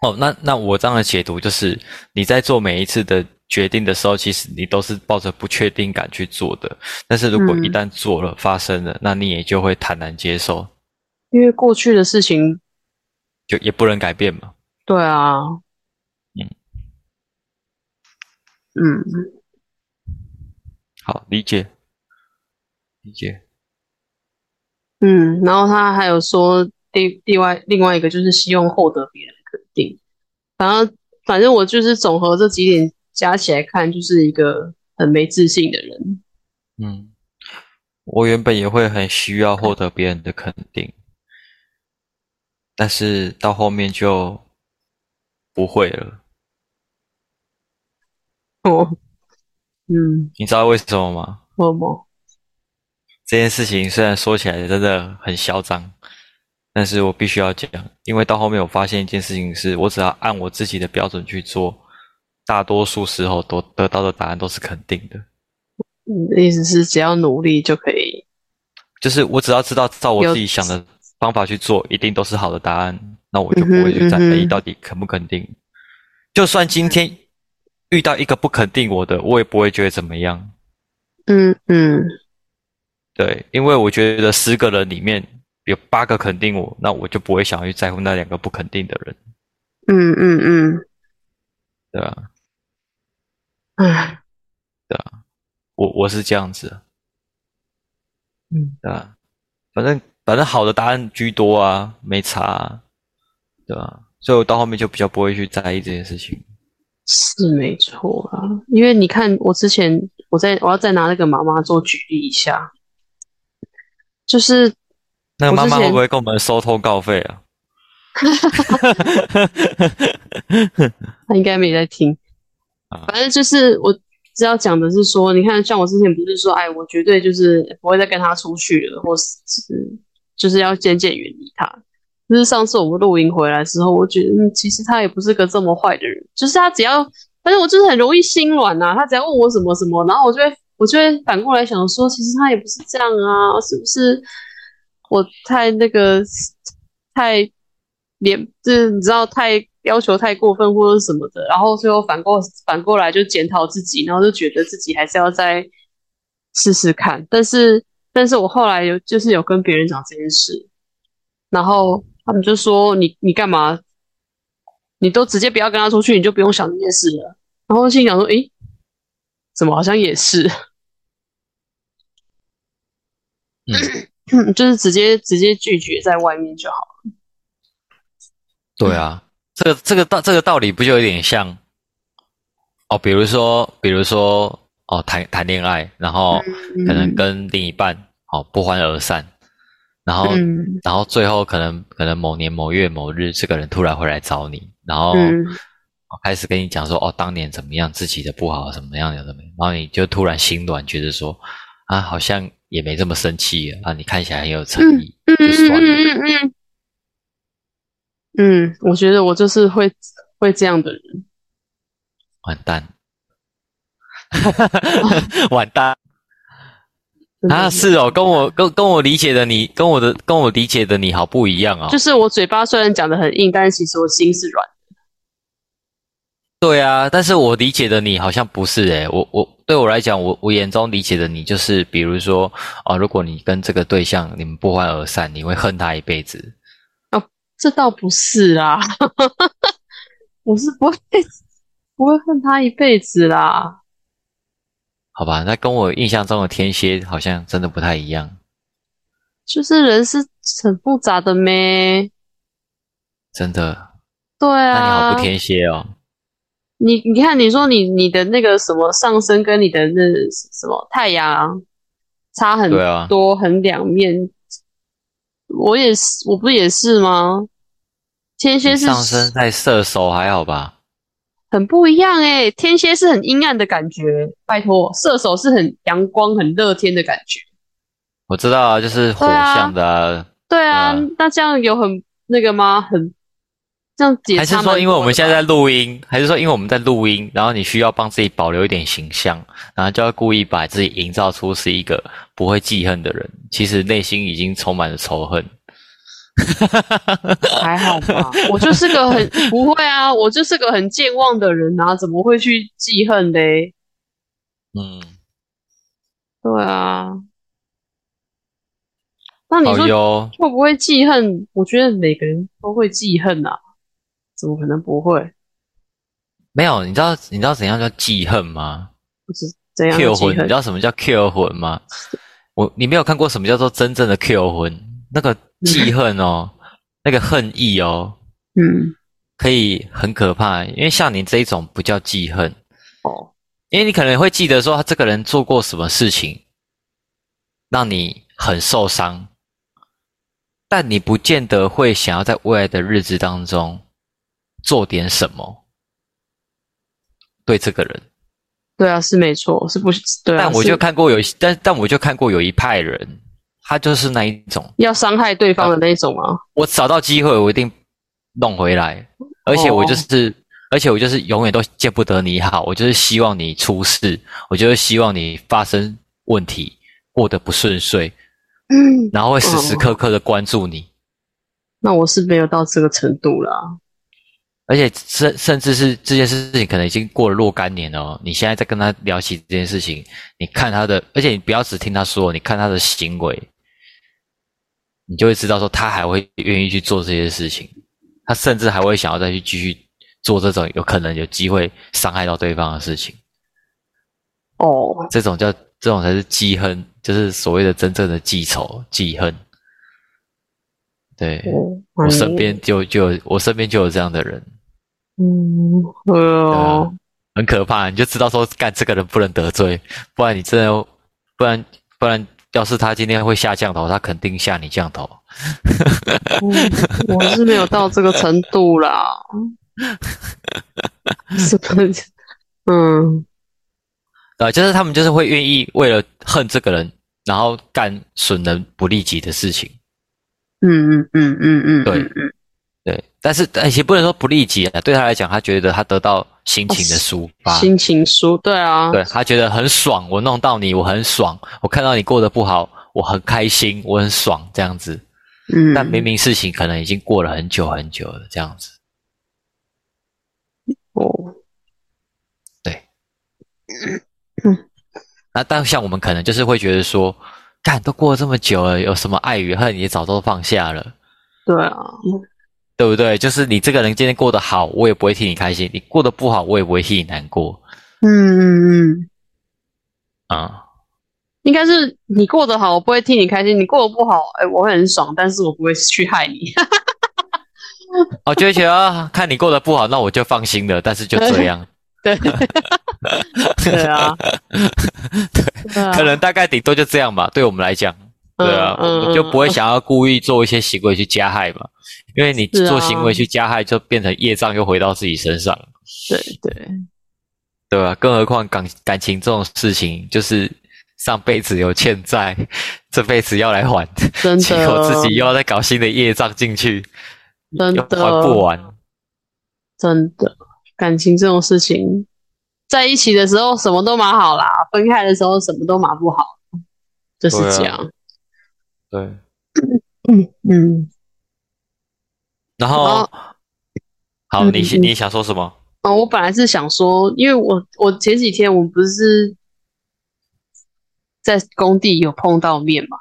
S2: 哦，那那我这样的解读就是，你在做每一次的决定的时候，其实你都是抱着不确定感去做的。但是如果
S1: 嗯
S2: 一旦做了、发生了，那你也就会坦然接受，
S1: 因为过去的事情，
S2: 就也不能改变嘛。
S1: 对啊，
S2: 嗯
S1: 嗯，
S2: 好，理解，理解。
S1: 嗯，然后他还有说另另外另外一个就是希望获得别人的肯定，反正反正我就是总和这几点加起来看，就是一个很没自信的人。
S2: 嗯，我原本也会很需要获得别人的肯定，但是到后面就不会了。
S1: 哦，嗯，
S2: 你知道为什么吗？
S1: 为什么？
S2: 这件事情虽然说起来真的很嚣张，但是我必须要讲，因为到后面我发现一件事情是，我只要按我自己的标准去做，大多数时候都得到的答案都是肯定的。
S1: 你的意思是只要努力就可以？
S2: 就是我只要知道照我
S1: 有
S2: 自己想的方法去做，一定都是好的答案，那我就不会去在
S1: 嗯哼嗯
S2: 意
S1: 哼
S2: 到底肯不肯定。就算今天遇到一个不肯定我的，我也不会觉得怎么样。
S1: 嗯嗯
S2: 对，因为我觉得十个人里面有八个肯定我，那我就不会想要去在乎那两个不肯定的人，
S1: 嗯嗯嗯，
S2: 对啊，
S1: 唉，
S2: 我我是这样子，
S1: 嗯，
S2: 对啊，反正反正好的答案居多啊，没差、啊，对啊，所以我到后面就比较不会去在意这件事情。
S1: 是没错啊。因为你看，我之前我在我要再拿那个妈妈做举例一下，就是
S2: 那个
S1: 我
S2: 妈
S1: 之
S2: 妈会
S1: 前
S2: 不会跟我们收通告费啊？ (laughs)
S1: 他应该没在听
S2: 啊。
S1: 反正就是我只要讲的是说，你看，像我之前不是说，哎，我绝对就是不会再跟他出去了，或是就是要渐渐远离他。就是上次我们露营回来之后，我觉得、嗯、其实他也不是个这么坏的人，就是他只要，反正我就是很容易心软呐、他只要问我什么什么，然后我就会我就会反过来想说，其实他也不是这样啊，是不是我太那个太脸，就是你知道太要求太过分或者什么的，然后最后反过反过来就检讨自己，然后就觉得自己还是要再试试看。但是，但是我后来有就是有跟别人讲这件事，然后他们就说你你干嘛？你都直接不要跟他出去，你就不用想这件事了。然后心里想说，诶，怎么好像也是，(laughs)
S2: 嗯，
S1: 就是直接直接拒绝在外面就好了。
S2: 对啊，这个这个道这个道理不就有点像哦？比如说，比如说哦，谈谈恋爱，然后
S1: 嗯
S2: 可能跟另一半哦不欢而散，然后、
S1: 嗯
S2: 然后最后可能可能某年某月某日，这个人突然会来找你，然后
S1: 嗯
S2: 开始跟你讲说哦，当年怎么样，自己的不好怎么样，有的没，然后你就突然心软，觉得说啊，好像也没这么生气了啊，你看起来很有诚意，
S1: 嗯
S2: 就算了。
S1: 嗯嗯嗯嗯，嗯，我觉得我就是会会这样的人。
S2: 完蛋，完蛋
S1: 真的
S2: 啊！是哦，跟我跟跟我理解的你，跟我的跟我理解的你好不一样哦。
S1: 就是我嘴巴虽然讲的很硬，但是其实我心是软的。
S2: 对啊，但是我理解的你好像不是诶、我我对我来讲，我我眼中理解的你就是，比如说啊、如果你跟这个对象你们不欢而散，你会恨他一辈子。
S1: 这倒不是啦， (laughs) 我是不会 (laughs) 不会恨他一辈子啦。
S2: 好吧，那跟我印象中的天蝎好像真的不太一样，
S1: 就是人是很复杂的咩？
S2: 真的。
S1: 对
S2: 那你好
S1: 啊，
S2: 不天蝎哦，
S1: 你你看，你说你你的那个什么上升跟你的那什么太阳差很
S2: 对啊
S1: 多，很两面。我也是，我不也是吗？天蝎
S2: 你
S1: 是
S2: 上升在射手还好吧？
S1: 很不一样诶、天蝎是很阴暗的感觉，拜托，射手是很阳光、很乐天的感觉。
S2: 我知道啊，就是火
S1: 对啊
S2: 象的啊
S1: 对啊，
S2: 嗯
S1: 那这样有很那个吗？很这样解
S2: 还是说，因为我们现在在录音，还是说因为我们在录音，然后你需要帮自己保留一点形象，然后就要故意把自己营造出是一个不会记恨的人，其实内心已经充满了仇恨。 (laughs)
S1: 还好吧，我就是个很不会啊，我就是个很健忘的人啊，怎么会去记恨嘞？
S2: 嗯，
S1: 对啊，那你
S2: 好
S1: 说
S2: 哟，
S1: 会不会记恨？我觉得每个人都会记恨啊，怎么可能不会？
S2: 没有，你知道你知道怎样叫记恨吗？
S1: 不知怎样
S2: Q
S1: 的记
S2: 魂，你
S1: 恨
S2: 知？道什么叫 Q 魂吗？我你没有看过什么叫做真正的 Q 魂？那个记恨哦，那个恨意哦，
S1: 嗯，
S2: 可以很可怕。因为像你这一种不叫记恨，
S1: 哦，
S2: 因为你可能会记得说他这个人做过什么事情，让你很受伤，但你不见得会想要在未来的日子当中做点什么对这个人。
S1: 对啊，是没错，是不？对啊，
S2: 但我就是看过有一，但但我就看过有一派人，他就是那一种，
S1: 要伤害对方的那种啊。
S2: 我找到机会我一定弄回来，而且我就是，而且我就是永远都见不得你好，我就是希望你出事，我就是希望你发生问题，过得不顺遂，
S1: 嗯，
S2: 然后会时时刻刻的关注你，
S1: (clears throat) 那我是没有到这个程度啦。
S2: 而且甚甚至是这件事情可能已经过了若干年了哦，你现在在跟他聊起这件事情，你看他的，而且你不要只听他说，你看他的行为，你就会知道说他还会愿意去做这些事情，他甚至还会想要再去继续做这种有可能有机会伤害到对方的事情，
S1: 哦，
S2: 这种叫这种才是记恨，就是所谓的真正的记仇、记恨。对
S1: 哦
S2: 我身，边就就有我身边就有这样的人。
S1: 嗯，对
S2: 啊
S1: 哦，
S2: 很可怕，你就知道说干这个人不能得罪，不然你真的，不然不然，要是他今天会下降头，他肯定下你降头。
S1: 嗯 (laughs) 我是没有到这个程度啦。 (laughs) 是不是？嗯，
S2: 呃，就是他们就是会愿意为了恨这个人，然后干损人不利己的事情。
S1: 嗯嗯嗯嗯嗯，
S2: 对
S1: 嗯嗯
S2: 对，但是但也不能说不利己啊，对他来讲，他觉得他得到心情
S1: 哦
S2: 的抒发，
S1: 心情书，对啊，
S2: 对他觉得很爽，我弄到你，我很爽，我看到你过得不好，我很开心，我很爽，这样子。
S1: 嗯，
S2: 但明明事情可能已经过了很久很久了，这样子。
S1: 哦，
S2: 那但像我们可能就是会觉得说，干都过了这么久了，有什么爱与恨也早都放下了，
S1: 对啊，
S2: 对不对？就是你这个人今天过得好，我也不会替你开心；你过得不好，我也不会替你难过
S1: 嗯嗯嗯，
S2: 啊、
S1: 应该是你过得好，我不会替你开心；你过得不好，哎，我会很爽，但是我不会去害你。 (laughs)
S2: 哦，就会觉得啊，看你过得不好，那我就放心了。但是就这样，
S1: 对，对
S2: (laughs)
S1: 啊，对啊
S2: 可能大概顶多就这样吧。对我们来讲，对啊，
S1: 嗯嗯
S2: 我们就不会想要故意做一些行为去加害嘛，因为你
S1: 是啊
S2: 做行为去加害，就变成业障又回到自己身上。
S1: 嗯对对，
S2: 对吧、更何况感感情这种事情，就是上辈子有欠债，这辈子要来还，
S1: 真
S2: (laughs) 结果
S1: 的，
S2: 自己又要再搞新的业障进去，
S1: 真
S2: 又
S1: 的
S2: 还不完。
S1: 真的，感情这种事情，在一起的时候什么都蛮好啦，分开的时候什么都蛮不好，就是
S2: 对啊
S1: 这样。
S2: 对，
S1: 嗯嗯，
S2: 然后好，
S1: 嗯
S2: 你
S1: 嗯
S2: 你想说什么？
S1: 哦，我本来是想说，因为我我前几天我们不是在工地有碰到面嘛，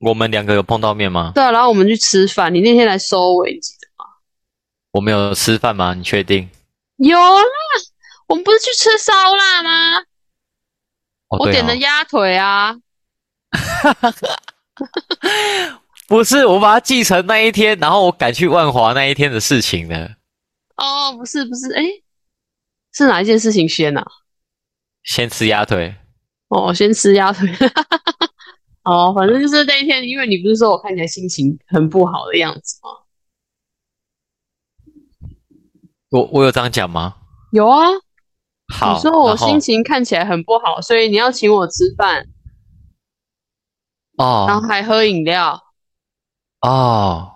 S2: 我们两个有碰到面吗？
S1: 对啊，然后我们去吃饭，你那天来收尾，你记得
S2: 我们有吃饭吗？你确定？
S1: 有啦，我们不是去吃烧腊吗？
S2: 哦，
S1: 我
S2: 对
S1: 点
S2: 哦
S1: 的鸭腿啊，
S2: 不是，我把它继承那一天，然后我赶去万华那一天的事情呢。
S1: 哦，不是不是，哎，是哪一件事情先啊？
S2: 先吃鸭腿，
S1: 哦，先吃鸭腿。 (laughs) 哦，反正就是那一天，因为你不是说我看起来心情很不好的样子吗？
S2: 我我有这样讲吗？
S1: 有啊，
S2: 好，
S1: 你说我
S2: 然后
S1: 心情看起来很不好，所以你要请我吃饭，
S2: 哦
S1: 然后还喝饮料。
S2: 哦，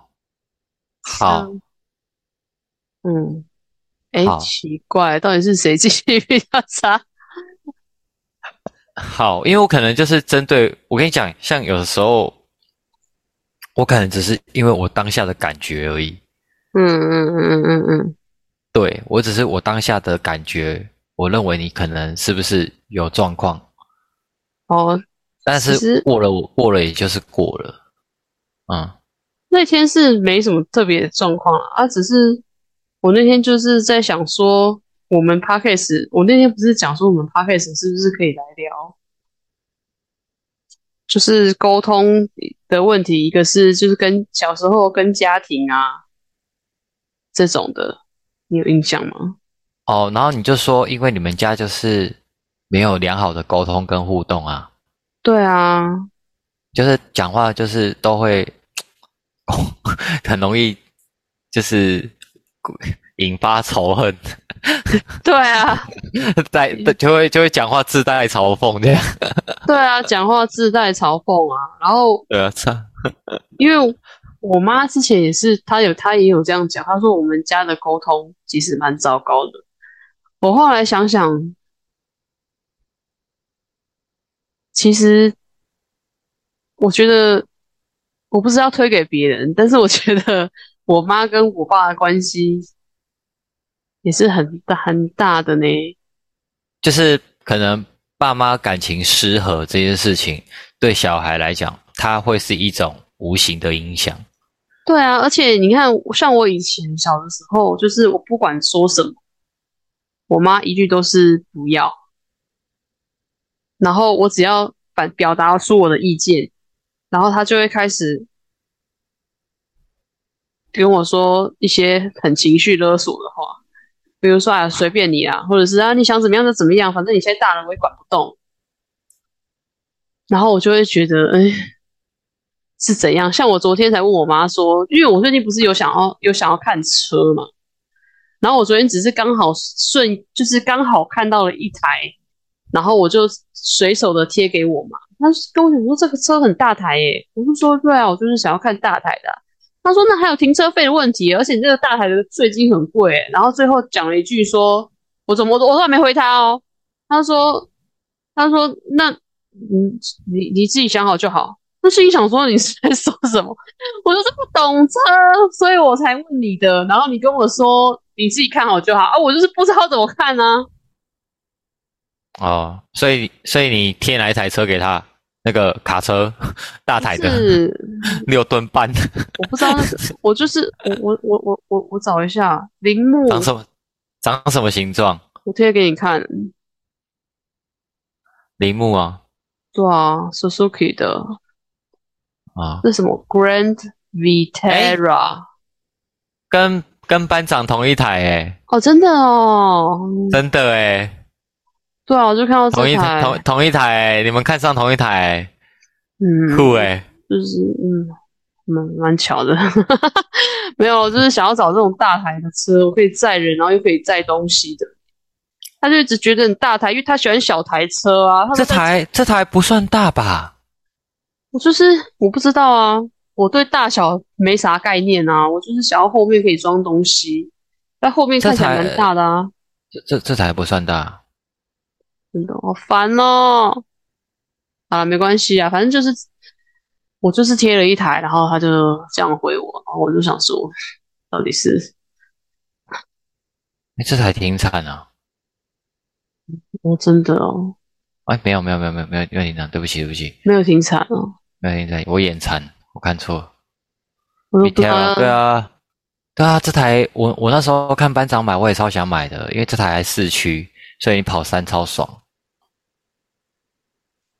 S2: 好，
S1: 嗯，哎
S2: 好，
S1: 奇怪，到底是谁记性比较差？
S2: 好，因为我可能就是针对我跟你讲，像有的时候我可能只是因为我当下的感觉而已，
S1: 嗯嗯嗯嗯嗯
S2: 对我只是我当下的感觉，我认为你可能是不是有状况，
S1: 嗯，哦，
S2: 但
S1: 其实
S2: 是过了我过了也就是过了，嗯，
S1: 那天是没什么特别的状况啊，啊只是我那天就是在想说，我们 podcast，我那天不是讲说我们 podcast 是不是可以来聊，就是沟通的问题，一个是就是跟小时候跟家庭啊这种的，你有印象吗？
S2: 哦，然后你就说，因为你们家就是没有良好的沟通跟互动啊，
S1: 对啊，
S2: 就是讲话就是都会 (laughs) 很容易就是引发仇恨，
S1: 对啊，
S2: 带
S1: 嗯
S2: 就会就会讲话自带嘲讽这样。
S1: 对啊，讲话自带嘲讽啊，然后
S2: 对啊，操
S1: 因为我妈之前也是，她有她也有这样讲，她说我们家的沟通其实蛮糟糕的。我后来想想，其实我觉得我不是要推给别人，但是我觉得我妈跟我爸的关系也是很大很大的呢。
S2: (laughs) 就是可能爸妈感情失和这件事情，对小孩来讲，它会是一种无形的影响。
S1: 对啊，而且你看，像我以前小的时候，就是我不管说什么，我妈一句都是不要，然后我只要反表达出我的意见，然后她就会开始跟我说一些很情绪勒索的话，比如说啊随便你啊，或者是啊你想怎么样就怎么样，反正你现在大人我也管不动，然后我就会觉得，哎。是怎样？像我昨天才问我妈说，因为我最近不是有想要有想要看车嘛，然后我昨天只是刚好顺，就是刚好看到了一台，然后我就随手的贴给我妈。她跟我讲说这个车很大台耶、我就说对啊，我就是想要看大台的啊、她说那还有停车费的问题，而且你这个大台的税金很贵耶、然后最后讲了一句说，我怎么我都我都还没回她哦。她说她说那你你你自己想好就好。那心里想说你是在说什么？我就是不懂车，所以我才问你的。然后你跟我说你自己看好就好啊，我就是不知道怎么看啊。
S2: 哦，所以所以你贴哪一台车给他？那个卡车，大台
S1: 就
S2: 的，
S1: 是嗯
S2: 六吨半，
S1: 我不知道那个，我就是我我我我我我找一下铃木，
S2: 长什么长什么形状？
S1: 我贴给你看。
S2: 铃木啊
S1: 对啊，Suzuki 的
S2: 啊，
S1: 这是什么 Grand
S2: 哎
S1: Vitara？、
S2: 跟跟班长同一台诶、
S1: 哦，真的哦，
S2: 真的诶、
S1: 对啊，我就看到
S2: 同
S1: 这
S2: 一
S1: 台，
S2: 同同一台、欸，你们看上同一台、欸，
S1: 嗯，
S2: 酷诶、
S1: 就是嗯，蛮蛮巧的， (laughs) 没有，就是想要找这种大台的车，我可以载人，然后又可以载东西的。他就只觉得很大台，因为他喜欢小台车啊。他
S2: 这
S1: 说
S2: 台这台不算大吧？
S1: 我就是我不知道啊，我对大小没啥概念啊，我就是想要后面可以装东西，但后面看起来
S2: 这台
S1: 蛮大的啊，
S2: 这这这台不算大，
S1: 真的好烦哦。好了，没关系啊，反正就是我就是贴了一台，然后他就这样回我，然后我就想说，到底是
S2: 欸这台挺惨啊！
S1: 哦，真的哦，
S2: 哎，没有没有没有没有没有没有停产，对不起对不起，
S1: 没有停产哦，
S2: 没有停产，我眼馋，我看错了。
S1: 我都不知
S2: Vitara，
S1: 道。
S2: 嗯对，啊，对啊，这台我我那时候看班长买，我也超想买的，因为这台还四驱，所以你跑山超爽。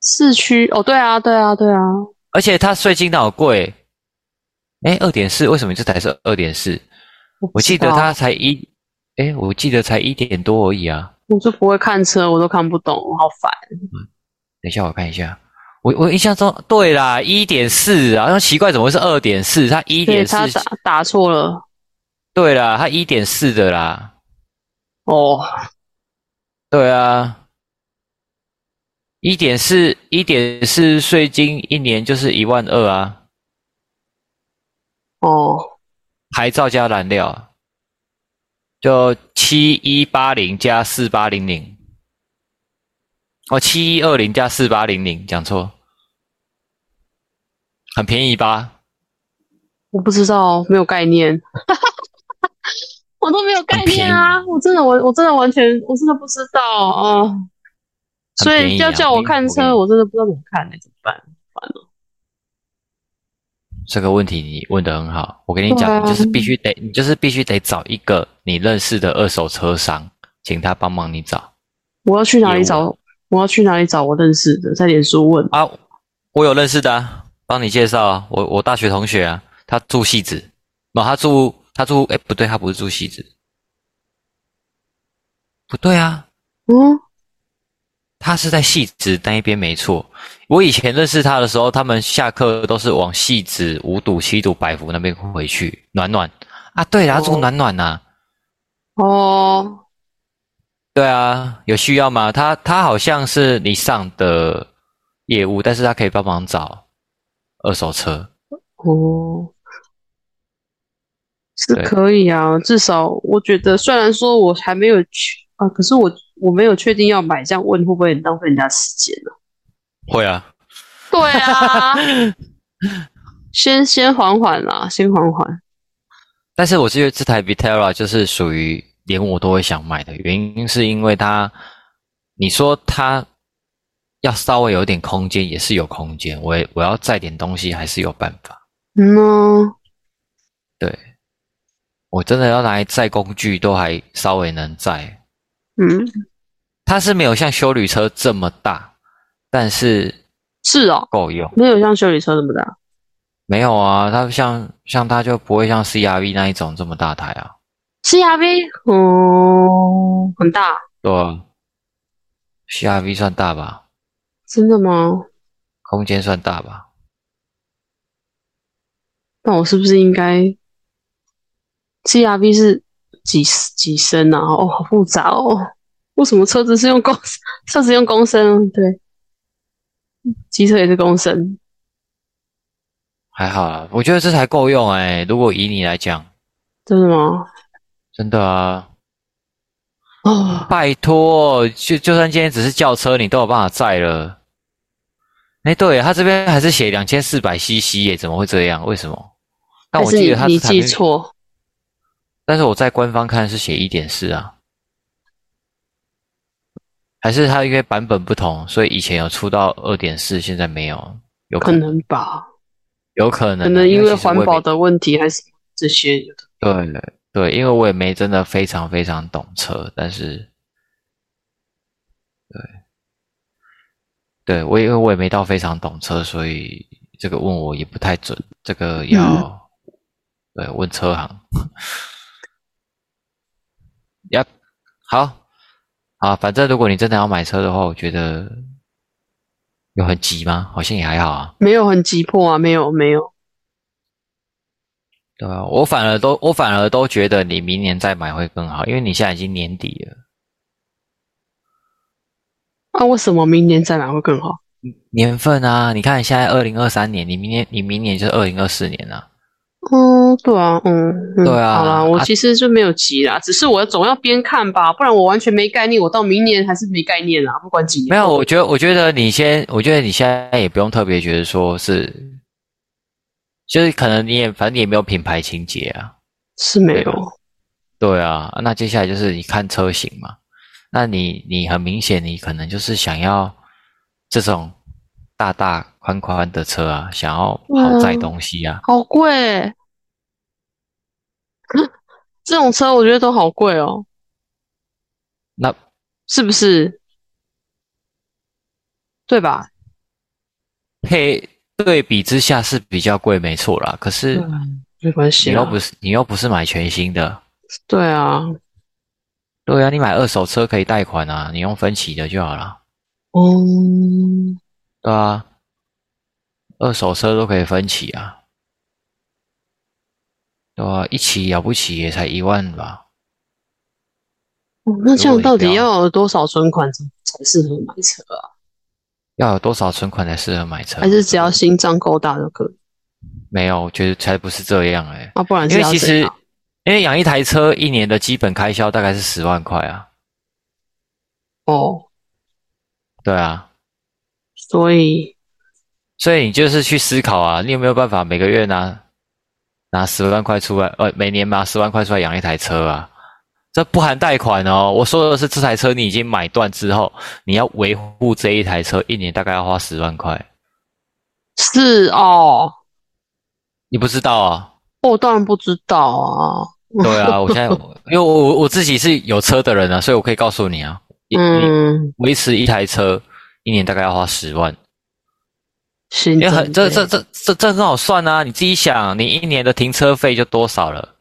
S1: 市区哦，对啊，对啊，对啊，
S2: 而且它税金那好贵，哎，二点四，为什么这台是二点四？
S1: 我不
S2: 我记
S1: 知
S2: 得
S1: 道
S2: 它才一，哎，我记得才一点多而已啊。
S1: 我就不会看车，我都看不懂，我好烦。
S2: 等一下我看一下，我我印象中对啦，一点四啊，那奇怪怎么会是二点四？它一
S1: 对
S2: 点四，
S1: 他打打错了
S2: 对啦，它一点四的啦，
S1: 哦，
S2: 对啊，一点四一点四税金一年就是一万二啊，
S1: 哦，
S2: 牌照加燃料啊，就七一八零加四八零零，哦，七一二零加四八零零，讲错，很便宜吧？
S1: 我不知道，没有概念， (laughs) 我都没有概念啊！我真的，我我真的完全，我真的不知道啊、
S2: 很
S1: 所
S2: 便
S1: 以
S2: 宜
S1: 要
S2: 啊
S1: 叫我看车，我真的不知道怎么看、欸，怎么办？
S2: 这个问题你问得很好，我跟你
S1: 对
S2: 讲，
S1: 啊
S2: 你就是必须得，你就是必须得找一个你认识的二手车商，请他帮忙你找
S1: 我要去哪里
S2: 业务
S1: 找？我要去哪里找我认识的？在脸书问。
S2: 啊。我有认识的、啊，帮你介绍啊，我我大学同学啊，他住戏子，然后他住他住，哎，不对，他不是住戏子，不对啊，
S1: 嗯，
S2: 他是在戏子那一边没错。我以前认识他的时候，他们下课都是往戏子、五堵、七堵、百福那边回去。暖暖啊，对啦，他住
S1: 哦
S2: 暖暖呐、啊。
S1: 哦，
S2: 对啊，有需要吗？他他好像是你上的业务，但是他可以帮忙找二手车。
S1: 哦，是
S2: 对
S1: 可以啊，至少我觉得，虽然说我还没有去啊，可是我我没有确定要买，这样问会不会很浪费人家时间呢、
S2: 会 (laughs) 啊，
S1: 对啊， (laughs) 先先缓缓啦，先缓缓。
S2: 但是我觉得这台 Vitara 就是属于连我都会想买的原因，是因为它，你说它要稍微有点空间，也是有空间，我也我要载点东西还是有办法。
S1: 嗯呢，
S2: 对，我真的要拿来载工具，都还稍微能载。
S1: 嗯，
S2: 它是没有像修旅车这么大，但是
S1: 是哦，
S2: 够用。
S1: 没有像修理车那么大。
S2: 没有啊，它像像它就不会像 CRV 那一种这么大台啊。
S1: CRV 哦，很大，
S2: 对啊，CRV 算大吧，
S1: 真的吗？
S2: 空间算大吧。
S1: 那我是不是应该 CRV 是几几升啊？哦，好复杂哦。为什么车子是用公 (laughs) 车子用公升？对，机车也是公升。
S2: 还好啦，我觉得这台够用哎、如果以你来讲，
S1: 真的吗？
S2: 真的啊，
S1: 哦，
S2: 拜托，就就算今天只是轿车，你都有办法载了。哎，对，它这边还是写两千四百 CC 耶，怎么会这样？为什么？但
S1: 还
S2: 我
S1: 是
S2: 记
S1: 你
S2: 得它
S1: 你
S2: 这台没
S1: 记错？
S2: 但是我在官方看是写一点四啊，还是它因为版本不同，所以以前有出到二点四，现在没有，有
S1: 可
S2: 可能，
S1: 能吧，
S2: 有可能啊，
S1: 可能因为
S2: 其实我
S1: 环
S2: 也没
S1: 保的问题还是这些有的。
S2: 对对，因为我也没真的非常非常懂车，但是，对，对我因为我也没到非常懂车，所以这个问我也不太准，这个要、对问车行。呀，好，啊，反正如果你真的要买车的话，我觉得有很急吗？好像也还好啊。
S1: 没有很急迫啊，没有没有。
S2: 对啊，我反而都我反而都觉得你明年再买会更好，因为你现在已经年底了，
S1: 那、啊为什么明年再买会更好？
S2: 年份啊，你看现在二零二三年，你明年你明年就是二零二四年啊，
S1: 嗯，对啊，嗯，嗯
S2: 对啊
S1: 好啦，我
S2: 啊
S1: 其实就没有急啦，只是我总要边看吧，不然我完全没概念，我到明年还是没概念啊啦，不管几年。
S2: 没有，我觉得我觉得你先，我觉得你现在也不用特别觉得说是，就是可能你也反正你也没有品牌情节啊，
S1: 是没
S2: 对吧
S1: 有，
S2: 对啊，那接下来就是你看车型嘛，那你你很明显你可能就是想要这种大大宽宽的车啊，想要好载
S1: 嗯
S2: 东西啊。
S1: 好贵 (laughs) 欸、这种车我觉得都好贵哦，
S2: 那
S1: 是不是？对吧？
S2: 配对比之下是比较贵，没错啦。可是
S1: 嗯没关系
S2: 你又
S1: 啦，
S2: 不是你又不是买全新的，
S1: 对啊，
S2: 对啊，你买二手车可以贷款啊，你用分期的就好了，
S1: 嗯，
S2: 对啊，二手车都可以分期啊，对啊，一期了不起也才一万吧，
S1: 哦那这样
S2: 如果你
S1: 到
S2: 不
S1: 底
S2: 要
S1: 要有多少存款才才适合买车啊？
S2: 要有多少存款才适合买车？
S1: 还是只要心脏够大就可以？
S2: 没有，我觉得才不是这样哎、
S1: 啊，不然
S2: 因
S1: 是
S2: 为
S1: 要
S2: 其
S1: 怎
S2: 实
S1: 样？
S2: 因为养一台车一年的基本开销大概是十万块啊，
S1: 哦，
S2: 对啊，
S1: 所以
S2: 所以你就是去思考啊，你有没有办法每个月拿拿十万块出来，呃，每年拿十万块出来养一台车啊，这不含贷款哦。我说的是这台车你已经买断之后，你要维护这一台车，一年大概要花十万块，
S1: 是哦，
S2: 你不知道啊？
S1: 我当然不知道啊。
S2: 对啊，我现在因为我我我自己是有车的人啊，所以我可以告诉你啊，你你
S1: 嗯，
S2: 维持一台车一年大概要花十万。
S1: 行，
S2: 也很这
S1: 真的
S2: 这这这这很好算啊！你自己想，你一年的停车费就多少了？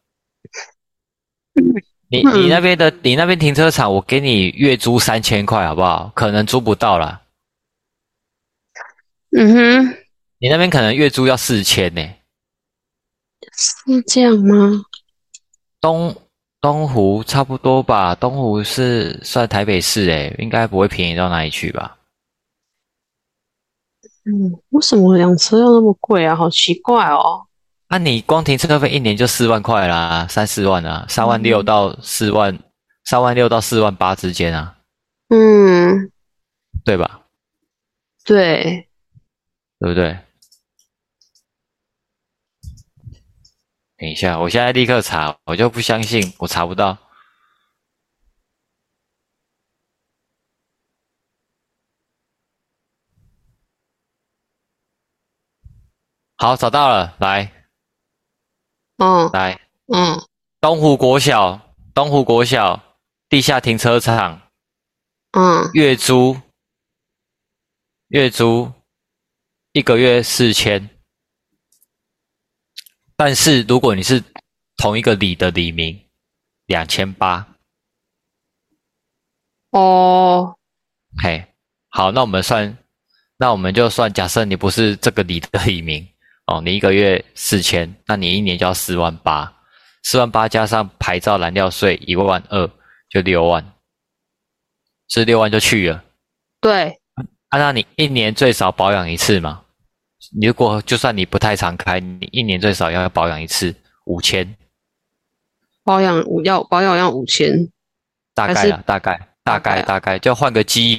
S2: 你你那边的你那边停车场，我给你月租三千块，好不好？可能租不到啦，
S1: 嗯哼，
S2: 你那边可能月租要四千呢。
S1: 是这样吗？
S2: 东东湖差不多吧，东湖是算台北市诶，应该不会便宜到哪里去吧？
S1: 嗯，为什么养车要那么贵啊？好奇怪哦。
S2: 那、啊你光停车费一年就四万块啦，三四万啊，三万
S1: 嗯
S2: 六到四万，三万六到四万八之间啊，
S1: 嗯，
S2: 对吧？
S1: 对，
S2: 对不对？等一下，我现在立刻查，我就不相信我查不到。好，找到了，来
S1: 嗯
S2: 来，
S1: 嗯，
S2: 东湖国小，东湖国小地下停车场
S1: 嗯，
S2: 月租，月租一个月四千，但是如果你是同一个里的里民，两千八。
S1: 哦，
S2: 嘿，好，那我们算，那我们就算，假设你不是这个里的里民哦，你一个月四千，那你一年就要四万八，四万八加上牌照燃料税一万二，就六万，这六万就去了。
S1: 对，
S2: 按照啊你一年最少保养一次嘛，你如果就算你不太常开，你一年最少要保养一次五千，
S1: 保养五要保养要五千，
S2: 大
S1: 还
S2: 概
S1: 是
S2: 啊，大概，大
S1: 大概
S2: 概，
S1: 啊
S2: 大概，就换个机